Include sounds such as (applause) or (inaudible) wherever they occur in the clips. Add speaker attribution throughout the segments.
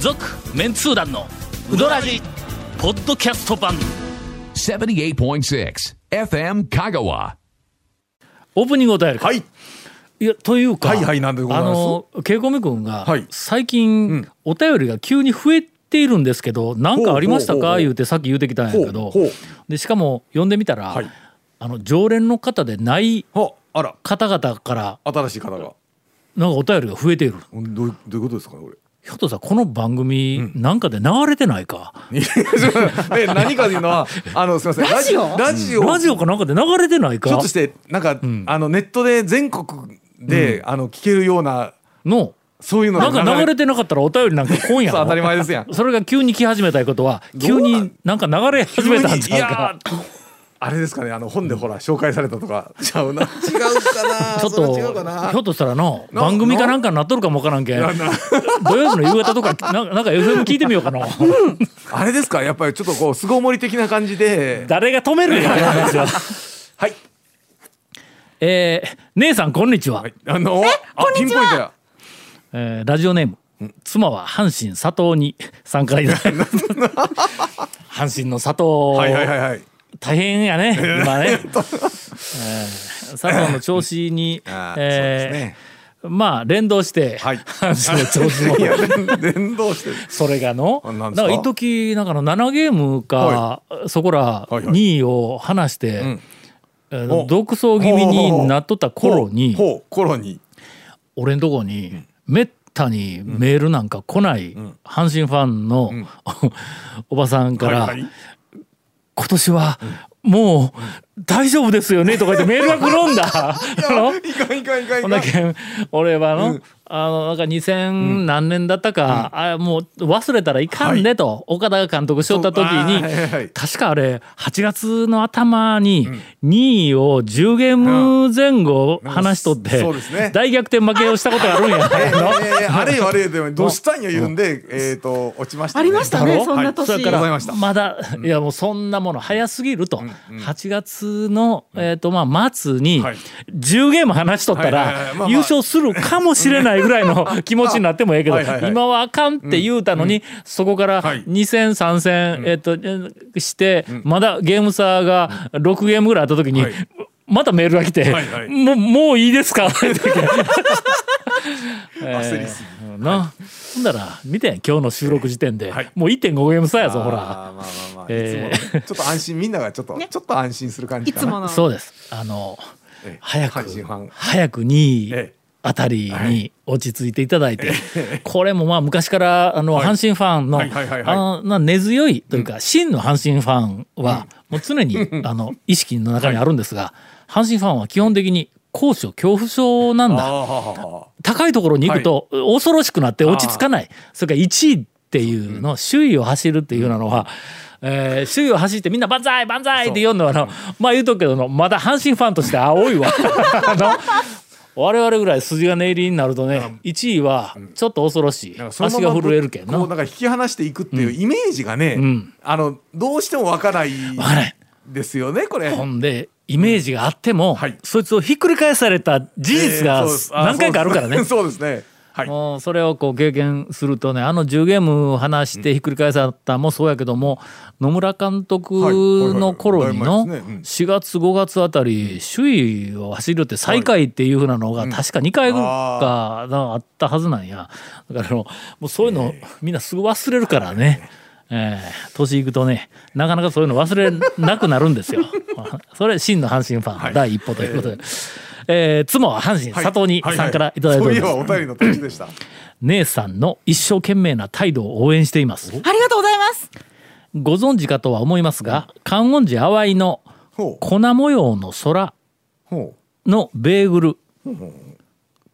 Speaker 1: 続メンツー団のウドラジポッドキャスト版
Speaker 2: 78.6 FM Kagawa.
Speaker 1: オープニングを答えるか
Speaker 3: はい。
Speaker 1: いやというか
Speaker 3: はいはいなんでございます
Speaker 1: あのケイコメ君が、
Speaker 3: はい
Speaker 1: 最近、
Speaker 3: うん
Speaker 1: お便りが急に増えているんですけど何かありました
Speaker 3: ほうほうほ
Speaker 1: か
Speaker 3: うほう
Speaker 1: 言うてさっき言うてきたんやけど
Speaker 3: ほうほう
Speaker 1: でしかも読んでみたら、
Speaker 3: はい
Speaker 1: あの常連の方でない
Speaker 3: はあら、
Speaker 1: 方々から
Speaker 3: 新しい方が。
Speaker 1: なんかお便りが増えている
Speaker 3: どうどういうことですかね、これ。
Speaker 1: ひょっとさこの番組なんかで流れてないか、
Speaker 3: いやそうえ何かという (laughs) のは、あの、すみません。
Speaker 1: ラジオ
Speaker 3: ラジオ。
Speaker 1: ラジオかなんかで流れてないか
Speaker 3: ひょっとして、なんか、あの、ネットで全国で、あの、聞けるような、
Speaker 1: の
Speaker 3: そういうの
Speaker 1: なんか流れ
Speaker 3: て
Speaker 1: てなかったらお便りなんか今夜
Speaker 3: そう当たり前ですやん
Speaker 1: それが急に来始めたいうことは急
Speaker 3: うなん
Speaker 1: になんか流れ始めたんちゃうか
Speaker 3: あれですかね、あの、本でほら、紹介されたとか。ちゃうな。
Speaker 4: 違うかな
Speaker 1: ちょっ
Speaker 4: それ
Speaker 1: と
Speaker 4: は
Speaker 1: ひ
Speaker 4: 違うかな
Speaker 1: ょっとしたらの
Speaker 3: な
Speaker 1: 番組かなんかになっとるかもわからんけん
Speaker 3: なな
Speaker 1: 土曜日の夕方とか (laughs) ななんか FM 聞いてみようか
Speaker 3: (laughs)
Speaker 1: な
Speaker 3: あれですか、やっぱりちょっとこう、凄盛り的な感じで。
Speaker 1: 誰が止めるんや話
Speaker 3: (laughs)
Speaker 1: は
Speaker 3: はい。
Speaker 1: えー姉さんこんにちは
Speaker 3: はい。あの、あ、ピンポイントや。
Speaker 1: えーラジオネーム妻は阪神佐藤に参加いただき阪神の佐藤
Speaker 3: はいはいはいはい。
Speaker 1: 大変やね今
Speaker 3: (laughs)
Speaker 1: ね、えー佐藤の調子に、
Speaker 3: (laughs) あーそうです
Speaker 1: え
Speaker 3: ね
Speaker 1: ーまあ連動して、 (laughs)
Speaker 3: はい
Speaker 1: 阪神の調子も
Speaker 3: いや、連連動してる。
Speaker 1: それがの
Speaker 3: あ
Speaker 1: な
Speaker 3: (laughs) なんん
Speaker 1: か
Speaker 3: ですか
Speaker 1: 一時なんかの7ゲームか、
Speaker 3: は
Speaker 1: そこら
Speaker 3: はいはい
Speaker 1: 2位を離して、
Speaker 3: ん
Speaker 1: えー
Speaker 3: お
Speaker 1: 独走気味になっとった頃に
Speaker 3: ほうほう頃に
Speaker 1: 俺んとこにめったにメールなんか来ない阪神ファンの、 (laughs) おばさんから、
Speaker 3: はいはい
Speaker 1: 今年はもう大丈夫ですよねとか言ってメールが来るんだ。あの
Speaker 3: (laughs) いかんいかんいかんい
Speaker 1: ほん
Speaker 3: かん
Speaker 1: だけん俺はの、あのなんか2000何年だったか、あもう忘れたらいかんねと、岡田が監督しとった時に、
Speaker 3: そうあーはいはい
Speaker 1: 確かあれ8月の頭に2位を10ゲーム前後話しとって、
Speaker 3: うんそうですね
Speaker 1: 大逆転負けをしたことがあるんや。
Speaker 3: えーえーあれよあれよでもどうしたんや言うんでえっと落ちましたね
Speaker 5: ありました
Speaker 1: だろ
Speaker 5: ね、そんな年。
Speaker 1: それか
Speaker 3: ござい
Speaker 1: ら
Speaker 3: ました
Speaker 1: まだいやもうそんなもの早すぎると、8月の、えーとまあ、末に
Speaker 3: はい
Speaker 1: 10ゲーム話しとった
Speaker 3: はいはいはいまあま
Speaker 1: ら
Speaker 3: あ
Speaker 1: 優勝するかもしれないぐらい
Speaker 3: (laughs)
Speaker 1: の気持ちになってもええけど
Speaker 3: はいはいはい
Speaker 1: 今はあかんって言うたのに、そこから
Speaker 3: はい
Speaker 1: 2戦3戦、えーとえーして、まだゲーム差が6ゲームぐらいあった時に、
Speaker 3: はい
Speaker 1: またメールが来て、
Speaker 3: はいはい
Speaker 1: もうもういいですかって言
Speaker 3: (laughs)
Speaker 1: って
Speaker 3: 焦りす
Speaker 1: な、ほんだら見て今日の収録時点で、
Speaker 3: はい
Speaker 1: もう1.5ゲーム差や
Speaker 3: ぎ
Speaker 1: ぞほら。
Speaker 3: あーまあまあまあいつ
Speaker 1: え
Speaker 3: も
Speaker 1: ー
Speaker 3: のちょっと安心みんながちょっとちょっと安心する感じ
Speaker 5: い
Speaker 3: か
Speaker 5: つ
Speaker 3: な
Speaker 5: もの。
Speaker 1: そうです。あの、
Speaker 3: ええ
Speaker 1: 早く
Speaker 3: 阪神ファン、
Speaker 1: 早く2位
Speaker 3: ええ
Speaker 1: あたりに落ち着いていただいて、これもまあ昔から、あの、
Speaker 3: はい
Speaker 1: 阪神ファンの、
Speaker 3: はいはいはいはい
Speaker 1: あのな根強いというか、真の阪神ファンは、もう常に、あの、意識の中にあるんですが、阪神ファンは基本的に、高所恐怖症なん
Speaker 3: あー
Speaker 1: だ。
Speaker 3: ははは
Speaker 1: 高いところに行くと恐ろしくなって落ち着かない、それから1位っていうの首位を走るっていうのは、えー首位を走ってみんな「万歳万歳!」って言うのはのまあ言うとくけどのまだ阪神ファンとして青
Speaker 3: (laughs)
Speaker 1: いわ。あの我々ぐらい筋金入りになるとね1位はちょっと恐ろしい
Speaker 3: なんか
Speaker 1: 足
Speaker 3: そのまま
Speaker 1: が震えるけんな。
Speaker 3: こう
Speaker 1: わ
Speaker 3: なんか引き離していくっていうイメージがね
Speaker 1: ん
Speaker 3: あのどうしても湧かない
Speaker 1: からない
Speaker 3: ですよねこれ
Speaker 1: ほんでイメージがあっても、
Speaker 3: はい
Speaker 1: そいつをひっくり返された事実
Speaker 3: え
Speaker 1: が
Speaker 3: ーそうですー
Speaker 1: 何回かあるからね。
Speaker 3: そうですそうですねはい
Speaker 1: もうそれをこう経験するとねあの10ゲーム話してひっくり返されたもそうやけども野村監
Speaker 3: はいはい
Speaker 1: 督
Speaker 3: はい
Speaker 1: の頃にの
Speaker 3: だいぶ前ですねうん
Speaker 1: 4月5月あたり首位を走るって最下位っていうふうなのが確か2回ぐらいかなあったはずなんやだからあのもうそういうのみんなすぐ忘れるからね。えー年いくとねなかなかそういうの忘れなくなるんですよ (laughs) それ真の阪神ファンの第一歩ということで、えー妻は阪神
Speaker 3: はい
Speaker 1: 佐藤に
Speaker 3: はい
Speaker 1: さんからいただいております、
Speaker 3: そういえばお便りの途中でした
Speaker 1: 姉さんの一生懸命な態度を応援しています
Speaker 5: ありがとうございます。
Speaker 1: ご存知かとは思いますが観音寺淡いの
Speaker 3: ほう
Speaker 1: 粉模様の空
Speaker 3: ほう
Speaker 1: のベーグル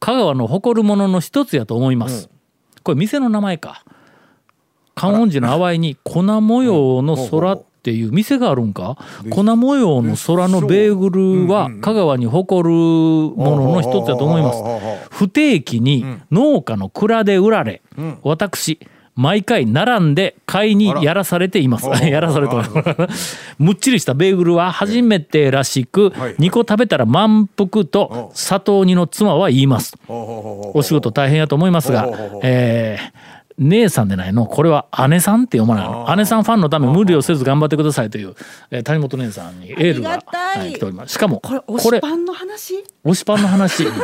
Speaker 1: 香川の誇るものの一つやと思いますこれ店の名前か観音寺の淡いに粉模様の空っていう店があるんか粉模様の空のベーグルは香川に誇るものの一つやと思います不定期に農家の蔵で売られ、私毎回並んで買いにやらされています。 (laughs) やらされてます。 (laughs) むっちりしたベーグルは初めてらしく、
Speaker 3: はい
Speaker 1: 2個食べたら満腹と佐藤煮の妻は言います。
Speaker 3: ほうほうほうほう
Speaker 1: お仕事大変やと思いますが
Speaker 3: ほうほうほう、
Speaker 1: えー姉さんでないのこれは姉さんって読まないの姉さんファンのため無理をせず頑張ってくださいという、えー谷本姉さんにエール
Speaker 4: あ
Speaker 1: が
Speaker 4: りがたい
Speaker 1: はい来ておりますしかも
Speaker 4: これ
Speaker 1: こ
Speaker 4: 推
Speaker 1: れ
Speaker 4: しパンの話
Speaker 1: 推しパンの話
Speaker 4: (laughs)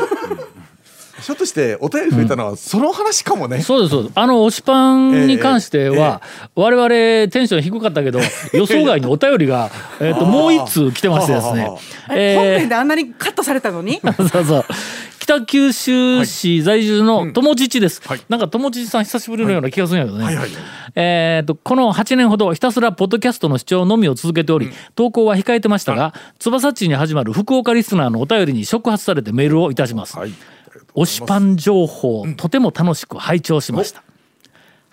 Speaker 3: ひょっとしてお便り増えたのはその話かもね、
Speaker 1: そうですそうですあの推しパンに関しては、我々テンション低かったけど予想外にお便りがえーともう一通来てましてですね
Speaker 3: はあは
Speaker 4: あれ本編であんなにカットされたのに
Speaker 1: (laughs) そうそう。北九州市在住の友父です。なんか友父さん久しぶりのような気がするんやけどね。
Speaker 3: はいはい
Speaker 1: えっとこの8年ほどひたすらポッドキャストの視聴のみを続けており、投稿は控えてましたが、翼っちに始まる福岡リスナーのお便りに触発されてメールをいたします。
Speaker 3: はい
Speaker 1: 推しパン情報、とても楽しく拝聴しました。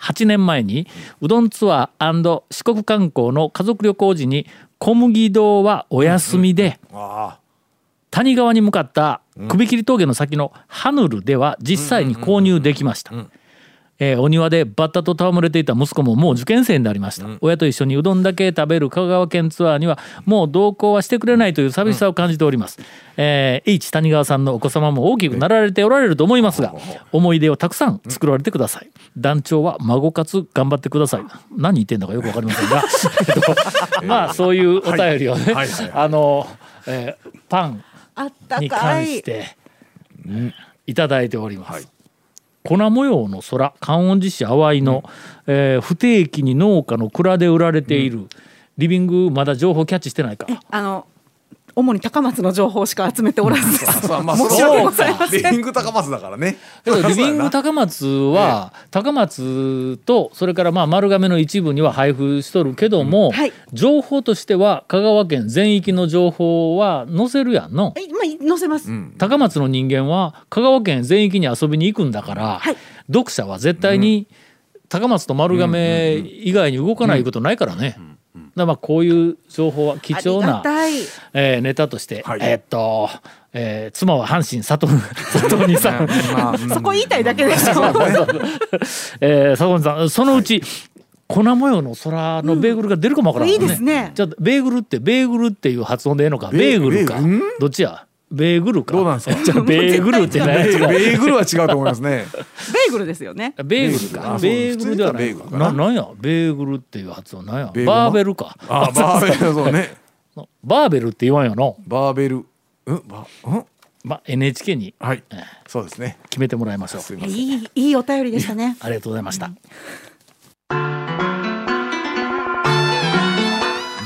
Speaker 1: 8年前にうどんツアー四国観光の家族旅行時に小麦堂はお休みで、
Speaker 3: あ
Speaker 1: 谷川に向かった首切り峠の先のハヌルでは実際に購入できました。えーお庭でバッタと戯れていた息子ももう受験生になりました、親と一緒にうどんだけ食べる香川県ツアーにはもう同行はしてくれないという寂しさを感じております、えー H 谷川さんのお子様も大きくなられておられると思いますが思い出をたくさん作られてください団長は孫活頑張ってください何言ってんだかよくわかりま
Speaker 3: (laughs)
Speaker 1: せんが、えっと (laughs) まあそういうお便りをね、
Speaker 3: はいはいはい
Speaker 1: あの、えーパン
Speaker 4: あった
Speaker 1: に
Speaker 4: か
Speaker 1: 関し
Speaker 4: い
Speaker 1: ていただいております。粉模様の空観音寺市淡いの、えー不定期に農家の蔵で売られている、リビングまだ情報キャッチしてないか
Speaker 4: あの主に高松の情報しか集めておらず
Speaker 3: あまあ
Speaker 4: (laughs) 申し訳ございませ
Speaker 3: そ
Speaker 4: ん
Speaker 3: うかリビング高松だからね
Speaker 1: でもリビング高松は高松とそれからまあ丸亀の一部には配布しとるけども、
Speaker 4: はい
Speaker 1: 情報としては香川県全域の情報は載せるやんの。
Speaker 4: えまあ載せます、
Speaker 1: 高松の人間は香川県全域に遊びに行くんだから、
Speaker 4: はい
Speaker 1: 読者は絶対に高松と丸亀以外に動かないことないからね。だからまあこういう情報は貴
Speaker 4: あ
Speaker 1: 重
Speaker 4: りが
Speaker 1: な、
Speaker 4: たい
Speaker 1: えーネタとして、
Speaker 3: はい
Speaker 1: えーっと、えー妻は阪神佐
Speaker 3: (laughs)
Speaker 1: 藤佐藤にさん、
Speaker 3: まあ
Speaker 4: そこ言いたいだけでしょ
Speaker 1: えー佐藤さんそのうち、粉模様の空のベーグルが出るかもわからんもん
Speaker 4: いいですね
Speaker 1: じゃあベーグルってベーグルっていう発音でええのかベ
Speaker 3: ベ
Speaker 1: ー
Speaker 3: ー
Speaker 1: グルか
Speaker 3: ベーグル
Speaker 1: どっちやベーグルか
Speaker 3: どうなんですか
Speaker 1: じゃあベーグルって何や
Speaker 3: ベ
Speaker 1: 違う
Speaker 3: ーグルは違うと思いますね
Speaker 4: ベーグルですよね
Speaker 1: ベーグルか。ベ
Speaker 3: ベー
Speaker 1: ーグ
Speaker 3: グ
Speaker 1: ル
Speaker 3: ル
Speaker 1: で
Speaker 3: だ
Speaker 1: は
Speaker 3: あ
Speaker 1: ない
Speaker 3: そう普通に言ったらベーグルか
Speaker 1: な。
Speaker 3: な
Speaker 1: なんや、ベーグルっていう発音なんや。
Speaker 3: ベーゴマ
Speaker 1: バーベルか。 (laughs)
Speaker 3: あバーベル (laughs) そうね
Speaker 1: バーベルって言わんよの。
Speaker 3: バーベルうんばうん
Speaker 1: まあ、NHK に
Speaker 3: はいそうですね
Speaker 1: 決めてもらいましょう。
Speaker 3: すいません
Speaker 4: いいいいお便りでしたね
Speaker 1: ありがとうございました。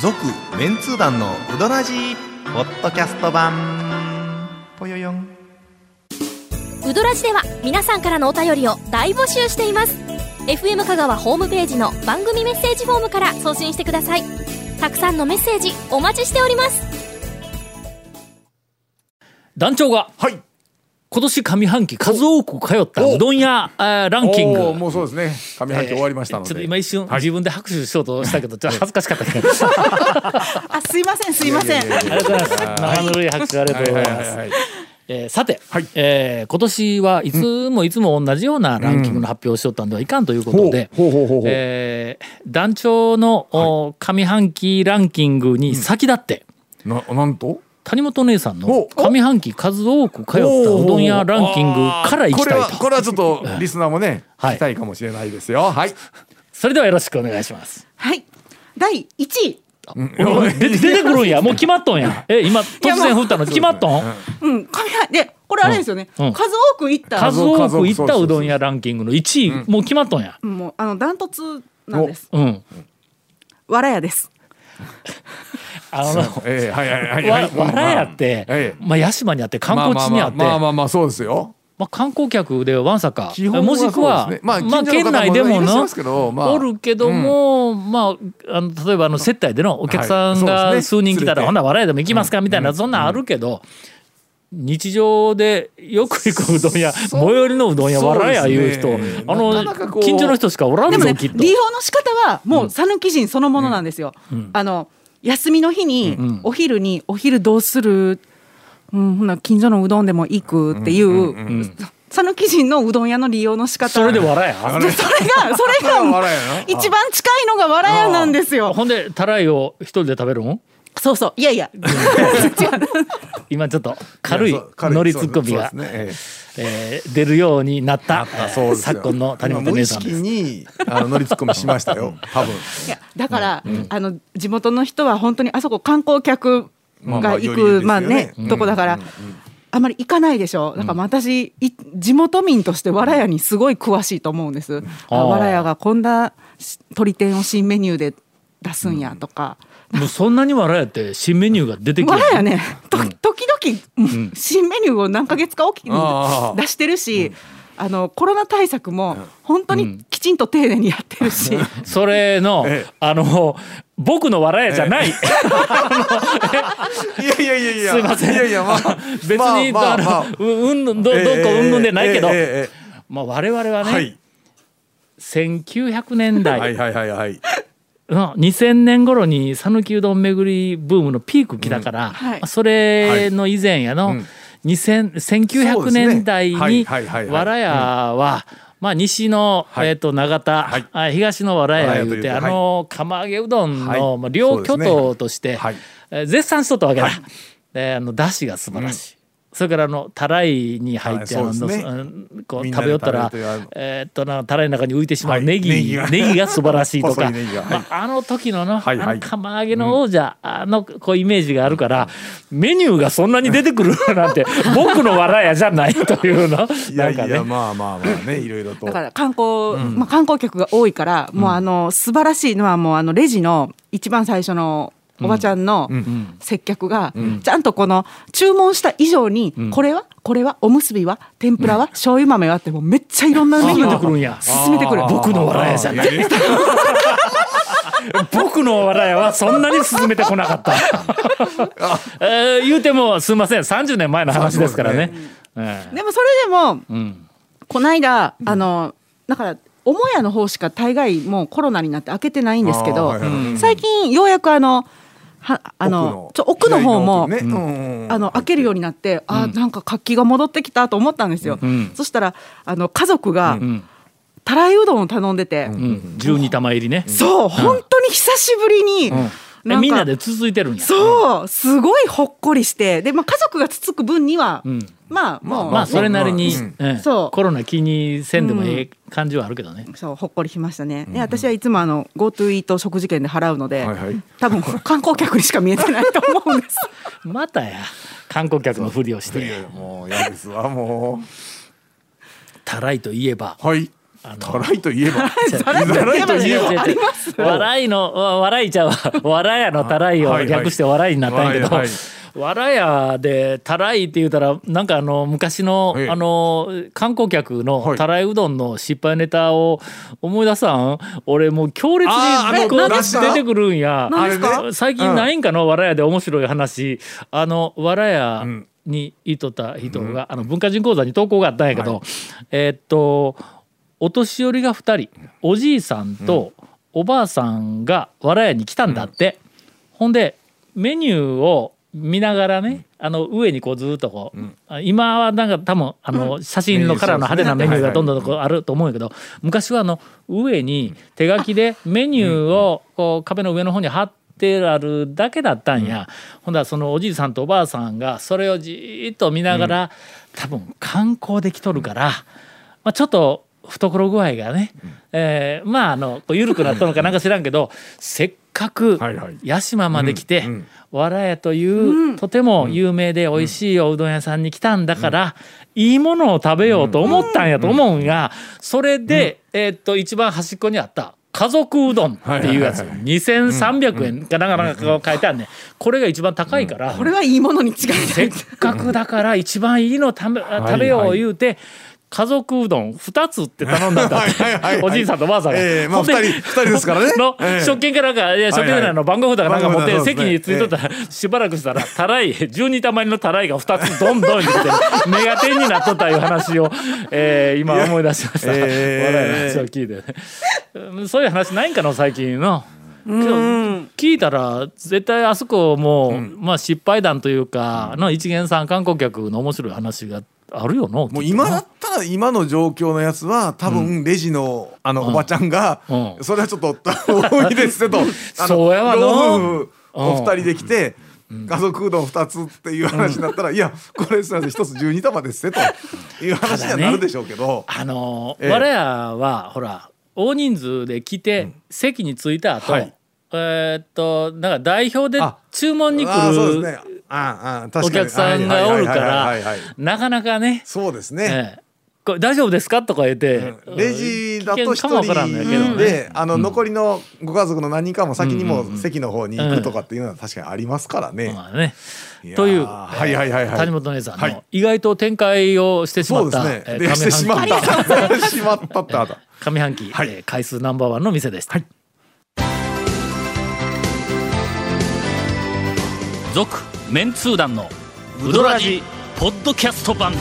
Speaker 5: 続メンツー団のウドラジーポッドキャスト版ぽよよん
Speaker 6: ウドラジでは皆さんからのお便りを大募集しています FM 香川ホームページの番組メッセージフォームから送信してくださいたくさんのメッセージお待ちしております
Speaker 1: 団長が
Speaker 3: はい
Speaker 1: 今年上半期数多く通ったうどん屋えーランキン
Speaker 3: おー
Speaker 1: グ。
Speaker 3: もうそうですね上半期終わりましたの
Speaker 1: ちょっと
Speaker 3: で
Speaker 1: 今一瞬自分で拍手しようとしたけど、ちょっと恥ずかしかったけ
Speaker 3: (laughs)
Speaker 1: ど。
Speaker 4: あすいませんすいません
Speaker 1: ありがとうございます。生ぬるい拍手ありがとうございます。えーさて、
Speaker 3: はい
Speaker 1: えー今年はいつもいつも同じようなランキングの発表をしよったんではいかんということで、
Speaker 3: ほうほうほうほう
Speaker 1: えー団長の、お上半期ランキングに先立って、
Speaker 3: ななんと
Speaker 1: 谷本姉さんの
Speaker 3: お
Speaker 1: 上半期数多く通ったうどん屋ランキングからいき
Speaker 3: これ
Speaker 1: たい
Speaker 3: は
Speaker 1: と
Speaker 3: これはちょっとリスナーもね
Speaker 1: はい
Speaker 3: 聞きたいかもしれないですよはい
Speaker 1: (laughs) それではよろしくお願いします。
Speaker 4: はい第1位
Speaker 1: おい出て出てくるん
Speaker 3: (laughs)
Speaker 1: やもう決まっとんやえ今突然降ったの決まっとん
Speaker 4: うん上半でこれあれですよね、
Speaker 1: うんうん
Speaker 4: 数多くいった
Speaker 1: 数
Speaker 3: 数
Speaker 1: 多
Speaker 3: 多
Speaker 1: く
Speaker 3: く
Speaker 1: 行ったうどん屋ランキングの1位、もう決まっとんや。
Speaker 4: もうあのダントツなんです
Speaker 1: うん、
Speaker 4: わらやです
Speaker 1: あの
Speaker 3: えーはいはいはいは
Speaker 1: わ
Speaker 3: い
Speaker 1: わらやって、
Speaker 3: ええ
Speaker 1: まあ、屋島にあって観光地にあって、
Speaker 3: まあまあまあま
Speaker 1: ま
Speaker 3: あまあまあそうですよ
Speaker 1: あ、観光客でわんさか
Speaker 3: 基本は
Speaker 1: もしくは、
Speaker 3: そうですね
Speaker 1: ま
Speaker 3: ま
Speaker 1: あ
Speaker 3: あ
Speaker 1: 県内でも
Speaker 3: 近所の方もいらっしゃい
Speaker 1: の
Speaker 3: ますけどまあ
Speaker 1: おるけども、まああの例えばあの接待でのお客さん
Speaker 3: はいそう
Speaker 1: が
Speaker 3: ですね
Speaker 1: 数人来たら、
Speaker 3: 連れて
Speaker 1: ほんなら笑いでも行きますかみたいな、そんなんあるけど。日常でよく行くうどん屋最寄りのうどん屋
Speaker 3: そう
Speaker 1: わらやいう
Speaker 3: です
Speaker 1: 人、
Speaker 3: ね
Speaker 1: あの
Speaker 3: なかなかこう
Speaker 1: 近所の人しかおらん
Speaker 4: でも
Speaker 1: ぞ、
Speaker 4: ね
Speaker 1: きっと
Speaker 4: 利用の仕方はもう讃岐人そのものなんですよ、あの休みの日に、お昼にお昼どうする、うん、ほな近所のうどんでも行くっていう讃岐、人のうどん屋の利用の仕方
Speaker 1: それでわらや
Speaker 4: それがそれ
Speaker 3: それが
Speaker 4: が
Speaker 3: 藁屋な
Speaker 4: 一番近いのがわらやなんですよ
Speaker 1: ほんでたらいを一人で食べるん
Speaker 4: そうそういやいや違う
Speaker 1: 今ちょっと軽い
Speaker 3: やそう軽い
Speaker 1: 乗りツッコミ
Speaker 3: そう
Speaker 1: が
Speaker 3: ですねえ
Speaker 1: え
Speaker 3: え
Speaker 1: ー出るようになった
Speaker 3: あそうですよ
Speaker 1: 昨今の谷本
Speaker 3: 無
Speaker 1: 姉
Speaker 3: 意
Speaker 1: さん
Speaker 3: 識
Speaker 1: です。
Speaker 3: にあの乗りツッコミしました
Speaker 1: (laughs)
Speaker 3: よ多分
Speaker 4: いやだから、あの地元の人は本当にあそこ観光客
Speaker 3: まあまあ
Speaker 4: が
Speaker 3: よ
Speaker 4: 行
Speaker 3: りですよ
Speaker 4: く
Speaker 3: ね
Speaker 4: まあね
Speaker 3: うん
Speaker 4: とこだから、あんまり行かないでしょだから私、い地元民としてわらやにすごい詳しいと思うんです、あ
Speaker 1: あー
Speaker 4: わらやがこんなし鶏天を新メニューで出すんやとか、
Speaker 1: もうそんなに笑えて新メニューが出てき
Speaker 4: わ
Speaker 1: て
Speaker 4: らやねと時々、新メニューを何ヶ月かおきに
Speaker 3: あー
Speaker 4: 出してるし、あのコロナ対策も本当にきちんと丁寧にやってるし、
Speaker 1: それの、
Speaker 3: ええ
Speaker 1: あの僕の笑いじゃない、
Speaker 3: いやいやいやいや
Speaker 1: すいません
Speaker 3: いやいやまあ
Speaker 1: (laughs) 別に、
Speaker 3: まあ
Speaker 1: あの
Speaker 3: まあまあ
Speaker 1: ううんどどうこううんぬんでないけど、
Speaker 3: えええええ
Speaker 1: まあ、我々は
Speaker 3: え
Speaker 1: ね、
Speaker 3: はい
Speaker 1: 1900年代、
Speaker 3: はいはいはいはい
Speaker 1: の2000年頃に讃岐うどん巡りブームのピーク来たから、
Speaker 4: はい
Speaker 1: それの以前やの、
Speaker 3: はいうん
Speaker 1: 2000
Speaker 3: そうで
Speaker 1: 1900
Speaker 3: すね
Speaker 1: 年代に、
Speaker 3: はいはいはいはい
Speaker 1: わらやは、まあ、西の、
Speaker 3: はい
Speaker 1: えー、と長田、
Speaker 3: はい
Speaker 1: あ東のわらやいうて、
Speaker 3: わらやというと
Speaker 1: あの釜揚げうどんの、
Speaker 3: はい
Speaker 1: まあ、両巨頭として、
Speaker 3: そうですね
Speaker 1: えー絶賛しとったわけだ。
Speaker 3: はい
Speaker 1: であの出汁が素晴らしい、それからあのたらいに入って、
Speaker 3: はい
Speaker 1: あの
Speaker 3: そうですね
Speaker 1: うんこう
Speaker 3: みん
Speaker 1: 食
Speaker 3: な
Speaker 1: べ
Speaker 3: で
Speaker 1: よったら
Speaker 3: 食べるというあの
Speaker 1: えーっとなたらいの中に浮いてしまう
Speaker 3: はい
Speaker 1: ネギ、
Speaker 3: ネギが
Speaker 1: ネギが素晴らしいとか、
Speaker 3: (laughs) 細いネギがはい
Speaker 1: まああの時のの、
Speaker 3: はいはい
Speaker 1: あの釜揚げの王者あのこうイメージがあるから、メニューがそんなに出てくる (laughs) なんて僕の笑いやじゃないというの
Speaker 3: い
Speaker 1: な
Speaker 3: や
Speaker 1: ん
Speaker 3: い
Speaker 1: か
Speaker 3: や
Speaker 1: ね。
Speaker 3: まあまあまあねいろいろと
Speaker 4: だから観光、まあ、観光客が多いから、もうあの素晴らしいのはもうあのレジの一番最初のおばちゃんの接客が、ちゃんとこの注文した以上に、これはこれはおむすびは天ぷらは、醤油豆はってもうめっちゃいろんなメニュー
Speaker 1: あ出てくるんや
Speaker 4: 進めてくる
Speaker 1: 僕の笑いやじゃない
Speaker 3: いやいや
Speaker 1: (laughs) 僕の笑いはそんなに進めてこな (laughs) かった。えー言うてもすいません30年前の話ですからね。ええ
Speaker 4: でもそれでも
Speaker 1: うん
Speaker 4: この間あのだから母屋の方しか大概もうコロナになって開けてないんですけど、
Speaker 3: あーはいはいはい
Speaker 4: 最近ようやくあのはあのちょ奥の方も、
Speaker 3: 左の奥ねうんうん
Speaker 4: あの開けるようになって、あなんか活気が戻ってきたと思ったんですよ、
Speaker 1: ん
Speaker 4: そしたらあの家族が、
Speaker 1: ん
Speaker 4: たらいうどんを頼んでて、
Speaker 1: うん、12玉入りね。
Speaker 4: そう、本当に久しぶりに、
Speaker 1: え
Speaker 4: なんか
Speaker 1: みんなで続いてるんや。
Speaker 4: そうすごいほっこりしてで、まあ、家族がつつく分には、
Speaker 1: ん
Speaker 4: まあもう、
Speaker 1: まあそれなりに、
Speaker 3: うん
Speaker 1: ええ
Speaker 4: そう
Speaker 1: コロナ気にせんでもええ感じはあるけどね。
Speaker 4: そうほっこりしましたね、で私はいつもあの GoTo イート食事券で払うので、
Speaker 3: はいはい
Speaker 4: 多分観光客にしか見えてないと思うんです
Speaker 1: またや観光客のふりをし
Speaker 3: いや
Speaker 1: て
Speaker 3: いやもう嫌ですわもう
Speaker 1: たらいといえば
Speaker 3: はいたらいとい
Speaker 1: (laughs)
Speaker 3: えば
Speaker 4: たらいといえばねあります
Speaker 1: 笑いのわ笑いちゃうわ笑いやのたらい
Speaker 3: は
Speaker 1: を
Speaker 3: いはい
Speaker 1: 略して笑いになったんやけど
Speaker 3: はいはい
Speaker 1: 笑いやでたらいって言うたらなんかあの昔の
Speaker 3: ええ
Speaker 1: あの観光客の
Speaker 3: はい
Speaker 1: たらいうどんの失敗ネタを思い出さん俺もう強烈
Speaker 3: あーあ
Speaker 1: に
Speaker 3: の
Speaker 1: こう
Speaker 3: 出した
Speaker 1: 出てくるんや
Speaker 4: 何ですか
Speaker 1: あれね最近ないんかの笑いやで面白い話あの笑いや
Speaker 3: ん
Speaker 1: にいとった人があの文化人講座に投稿があったんやけどえーっとお年寄りが2人おじいさんとおばあさんがわらやに来たんだって、ほんでメニューを見ながらね、あの上にこうずーっとこう、あ今はなんか多分あの写真のカラーの派手なメニューがどんどんこうあると思うんやけど昔はあの上に手書きでメニューをこう壁の上の方に貼って。あるだけだったんや、ほんだらそのおじいさんとおばあさんがそれをじーっと見ながら、多分観光できとるから、まあ、ちょっと懐具合がね、えーまああのこう緩くなったのかなんか知らんけどせっかく
Speaker 3: はいはい
Speaker 1: 屋島まで来て、
Speaker 3: うんうん
Speaker 1: わらやという、とても有名で美味しいおうどん屋さんに来たんだから、いいものを食べようと思ったんやと思うんが、それで、えーっと一番端っこにあった家族うどんっていうやつ、
Speaker 3: はいはい
Speaker 1: 2300円かなんかなんかこう書いてあるねんこれが一番高いから、
Speaker 4: これはいいものに違いな
Speaker 1: せっ
Speaker 4: い
Speaker 1: かくだから一番いいの食べ
Speaker 3: い
Speaker 1: 食べよう言うて家族うどん2つって頼んだんだって
Speaker 3: はいはいはい
Speaker 1: おじいさんとおばあさんが。
Speaker 3: ええま
Speaker 1: ほ
Speaker 3: あ
Speaker 1: んで
Speaker 3: 二人二人ですからね
Speaker 1: の
Speaker 3: ええ
Speaker 1: 食券かなんかいや食券じゃない
Speaker 3: はいは
Speaker 1: の
Speaker 3: い
Speaker 1: 番号札かなんか持っ
Speaker 3: 番
Speaker 1: て
Speaker 3: 号札
Speaker 1: 席についとったら (laughs) しばらくしたらたらい12玉入りのたらいが2つどんどん出て目が点になっとったいう話をえー今思い出しました
Speaker 3: いや
Speaker 1: 笑
Speaker 3: ええ
Speaker 1: いの話を聞いてねうんそういう話ないんかの最近の。聞いたら絶対あそこも、まあ失敗談というかの一元さん観光客の面白い話があるよの
Speaker 3: もう
Speaker 1: きっと
Speaker 3: 今
Speaker 1: な
Speaker 3: だったら今の状況のやつは多分レジのあのおばちゃんが
Speaker 1: うん
Speaker 3: (laughs) それはちょっと多いですけどあの
Speaker 1: そうやわな
Speaker 3: 老夫婦お二人で来て家族うどん2つっていう話になったら、いやこれすみません1つ12玉ですってという話にはなるでしょうけど、
Speaker 1: あのー
Speaker 3: ええ
Speaker 1: 我らはほら大人数で来て、席に着いた後、
Speaker 3: はい
Speaker 1: えーっとなんか代表で
Speaker 3: あ
Speaker 1: 注文に来
Speaker 3: ああそうです
Speaker 1: る
Speaker 3: ねああ確
Speaker 1: お
Speaker 3: かに
Speaker 1: 客さんがおるか
Speaker 3: は
Speaker 1: ら
Speaker 3: いはいはいはいはいはい
Speaker 1: なかなかね
Speaker 3: そうです
Speaker 1: 「
Speaker 3: ね、
Speaker 1: ええこれ大丈夫ですか?」とか言って、
Speaker 3: うんレジだと1
Speaker 1: 危険かもわからんのやけど
Speaker 3: 人
Speaker 1: ね
Speaker 3: で、あの残りのご家族の何人かも先にもう席の方に行くとかっていうのは確かにありますからね。
Speaker 1: まあね
Speaker 3: やー
Speaker 1: という
Speaker 3: はいはいはいはい
Speaker 1: 谷本姉さんの、
Speaker 3: はい
Speaker 1: 意外と展開をしてしま
Speaker 3: そう
Speaker 1: っ
Speaker 3: で
Speaker 1: た、
Speaker 3: すね。
Speaker 1: えー
Speaker 3: でしてしまっ
Speaker 1: 上半期
Speaker 3: た。しまったっ
Speaker 1: (laughs)
Speaker 3: てあた。
Speaker 1: 上半期、
Speaker 3: はい
Speaker 1: えー回数ナンバーワンの店でした続、メンツー団のウドラジポッドキャスト版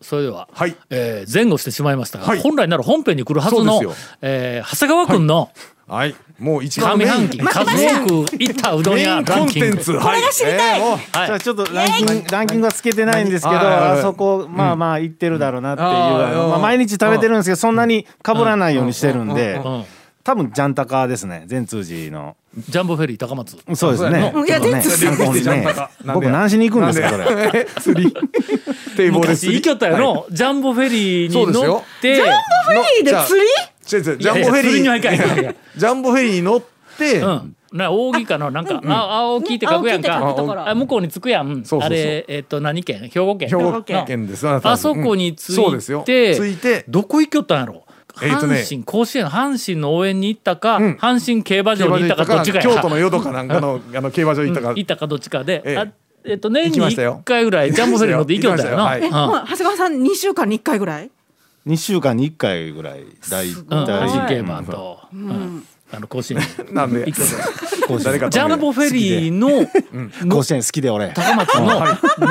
Speaker 1: それでは、
Speaker 3: はい。
Speaker 1: えー前後してしまいましたが、
Speaker 3: はい
Speaker 1: 本来なら本編に来るはず
Speaker 3: そ
Speaker 1: の
Speaker 3: うです、
Speaker 1: えー長谷川君の
Speaker 3: はい。もう一番
Speaker 1: 上
Speaker 3: メイン
Speaker 1: 半期数多くいったうどん
Speaker 3: メイ
Speaker 1: 屋
Speaker 3: ンコ
Speaker 1: ラン
Speaker 3: ン
Speaker 1: キン
Speaker 3: テン
Speaker 1: グ
Speaker 3: ツ。これが知りたい。もう
Speaker 1: はい
Speaker 7: じゃあちょっとランキングランキングはつけてないんですけど、
Speaker 3: はいはいはい
Speaker 7: あそこまあまあ行ってるだろうなっていう、
Speaker 3: うんあー
Speaker 7: まあ、毎日食べてるんですけどそんなにかぶらないようにしてるんで
Speaker 1: うん
Speaker 7: 多分ジャンタカですね全通寺の
Speaker 1: ジャンボフェリー高松
Speaker 7: そうですね
Speaker 4: いや
Speaker 7: ちょ
Speaker 4: 全
Speaker 7: っとね
Speaker 4: 通寺
Speaker 7: 参考に
Speaker 3: ジャン
Speaker 7: ね
Speaker 3: タカなんで
Speaker 7: 僕何しに行くんですかそれ
Speaker 3: (laughs) え釣り。堤防で
Speaker 1: 昔
Speaker 3: 釣
Speaker 1: 行
Speaker 3: り。
Speaker 1: きよったやろ、ジャンボフェリーに乗って
Speaker 3: フ
Speaker 4: いいで釣り
Speaker 3: ジャンボフェリー。
Speaker 1: いやいや釣りにはいかんいやいや
Speaker 3: (laughs) ジャンボフェリーに乗って。
Speaker 1: うん、な扇かのなんか、あ青木って書くやん
Speaker 4: 青木って書くとこ
Speaker 1: か
Speaker 4: ろ
Speaker 1: あ向こうに着くやん
Speaker 3: そうそうそう
Speaker 1: あれえっ、と何県兵庫県
Speaker 3: 兵庫県です。なた
Speaker 1: あそこに着いて、
Speaker 3: そうですよ。ついて。
Speaker 1: どこ行きよったんやろ
Speaker 3: えーとね
Speaker 1: 阪神甲子園阪神の応援に行ったか、
Speaker 3: うん
Speaker 1: 阪神競馬場に行ったかどっちかや
Speaker 3: 京都の淀かなん
Speaker 1: (laughs)
Speaker 3: かのあの競馬場行ったか
Speaker 1: うん行ったかどっちかで、
Speaker 3: ええ
Speaker 1: あえっと年
Speaker 3: 行き
Speaker 1: に
Speaker 3: ましたよ
Speaker 1: 1回ぐらいジャンボフェリー乗って行きよったよな
Speaker 3: 行きまし
Speaker 4: え、もう長谷川さん2週間に1回ぐらい
Speaker 7: 2週間に1回ぐらい大
Speaker 1: うんうん阪神
Speaker 7: 体
Speaker 1: 競馬と、うんあの甲子園
Speaker 3: なんで
Speaker 1: 行きよった
Speaker 3: 誰か
Speaker 1: ジャンボフェリーの
Speaker 7: 甲子園好きで俺
Speaker 1: 高松の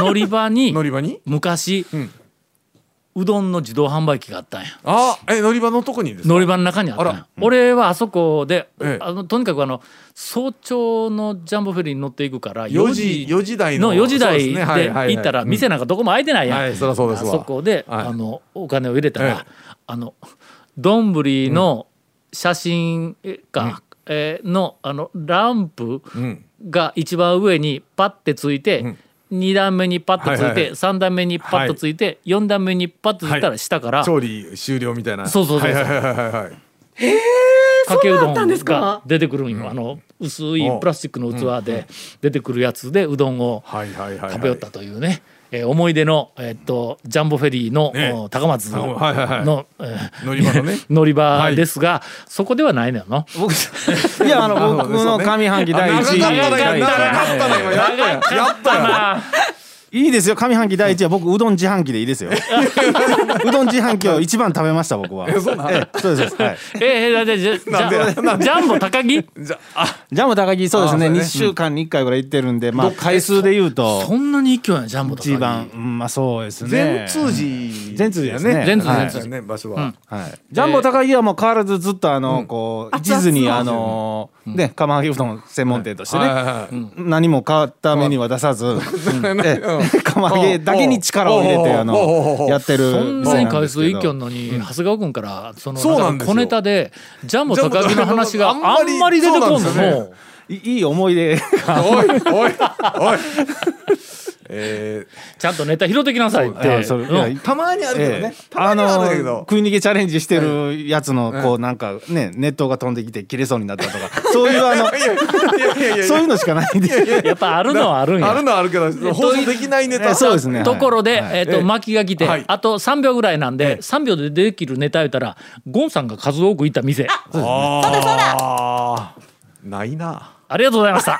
Speaker 1: 乗り場に
Speaker 3: 乗り場に
Speaker 1: 昔、うんどんの自動販売機があったんや
Speaker 3: あえ乗り場のとこにですか
Speaker 1: 乗り場の中にあったんや
Speaker 3: あら
Speaker 1: 俺はあそこで、
Speaker 3: ええ
Speaker 1: あのとにかくあの早朝のジャンボフェリーに乗っていくから
Speaker 3: 4時4時台の
Speaker 1: の4時
Speaker 3: そう
Speaker 1: 台
Speaker 3: です
Speaker 1: で
Speaker 3: ねはいはいはい
Speaker 1: 行ったら店なんかどこも開いてないやん、
Speaker 3: はいそりゃそうですわ
Speaker 1: あそこで、
Speaker 3: はい
Speaker 1: あのお金を入れたら、
Speaker 3: え
Speaker 1: あのどんぶりの写真か、えーのあのランプ、
Speaker 3: うん
Speaker 1: が一番上にパッてついて、
Speaker 3: ん
Speaker 1: 2段目にパッとついて、
Speaker 3: はいはいはい
Speaker 1: 3段目にパッとついて、4段目にパッとついた
Speaker 3: は
Speaker 1: ら
Speaker 3: い
Speaker 1: 下から、
Speaker 3: 調理終了みたいな
Speaker 1: そうそうそうそう
Speaker 3: はいはいはいはいはい
Speaker 1: かけう
Speaker 4: そうだ
Speaker 1: ど
Speaker 4: ったん
Speaker 1: ん
Speaker 4: です
Speaker 1: が
Speaker 4: か
Speaker 1: 出てくるんよ、あの薄いプラスチックの器で出てくるやつでうどんを
Speaker 3: はいはいはいはい
Speaker 1: 食べよったというね、えー思い出の、えーっとジャンボフェリーの、
Speaker 3: ね
Speaker 1: お高松の、
Speaker 3: はいはいはい
Speaker 1: えー
Speaker 3: 乗り場
Speaker 1: (laughs)
Speaker 3: のね
Speaker 1: 乗り場ですが、そこではないのよな。
Speaker 7: 僕いやあの僕の上半期第1位
Speaker 3: 長かったね
Speaker 7: 第一位
Speaker 3: 長かったね今やったよやったよ
Speaker 7: いいですよ上半期第1位は僕うどん自販機でいい (laughs) ですようどん自販機を一番食べました僕はええそうですそうですはい
Speaker 1: えー、だってじゃじゃジャンボ高木
Speaker 3: じゃあ
Speaker 7: ジャム高木そうですね
Speaker 3: あそうね
Speaker 7: 2週間に1回ぐらい行ってるんでまあ回数で言う
Speaker 1: そ
Speaker 7: と
Speaker 1: んなに一挙やんジャンボ高木
Speaker 7: 一番うんまあそうです
Speaker 3: 全
Speaker 7: ね
Speaker 3: 通寺
Speaker 7: 全通寺ですね
Speaker 1: 全通寺
Speaker 7: は
Speaker 1: 全
Speaker 7: い
Speaker 1: 通
Speaker 3: ですね場所は
Speaker 7: はい、ジャンボ高木はもう変わらずずっとあの、こう
Speaker 4: 熱々
Speaker 7: 一
Speaker 4: の
Speaker 7: 途にあのね釜揚げうどん専門店としてね、
Speaker 3: はいはいはい
Speaker 7: 何も変わったメニューは出さず、ええ釜揚げだけに力を入れて
Speaker 3: うん
Speaker 7: あ
Speaker 3: ほうほうほ
Speaker 7: の
Speaker 3: う
Speaker 7: やってる
Speaker 1: そんなに
Speaker 7: 店なんで
Speaker 1: 回
Speaker 7: すけ
Speaker 1: 数
Speaker 7: ど
Speaker 1: 一挙のに、長谷川君からその
Speaker 3: そうな
Speaker 1: なんんか
Speaker 3: ですよ
Speaker 1: 小ネタでジャンボ高木の話が
Speaker 3: ジャンボ高木
Speaker 1: あんまり出てこんの
Speaker 3: そうなんですよ
Speaker 1: も
Speaker 3: ね
Speaker 7: いいい思い出
Speaker 3: おいおいおい (laughs) え
Speaker 1: うちゃんとネタ拾ってきなさいって
Speaker 7: あそれいや
Speaker 3: ーたまにあるけど
Speaker 7: え
Speaker 3: ね
Speaker 7: え
Speaker 3: たまにはあるんだけど
Speaker 7: 食い逃げチャレンジしてるやつのこうなんかね熱湯が飛んできて切れそうになったとかそういうあの
Speaker 3: (laughs)
Speaker 7: そういうのしかないんで
Speaker 1: やっぱあるのはあるんや
Speaker 3: あるのはあるけど放送できないネ
Speaker 7: え
Speaker 3: タ
Speaker 7: えそうですねはい
Speaker 1: ところで、えっ、
Speaker 3: ええ
Speaker 1: と巻きが来て、
Speaker 3: はい
Speaker 1: あと3秒ぐらいなんで、3秒でできるネタ言ったらゴンさんが数多くいた店あ
Speaker 3: あそうだそうだないな
Speaker 1: りがとうございました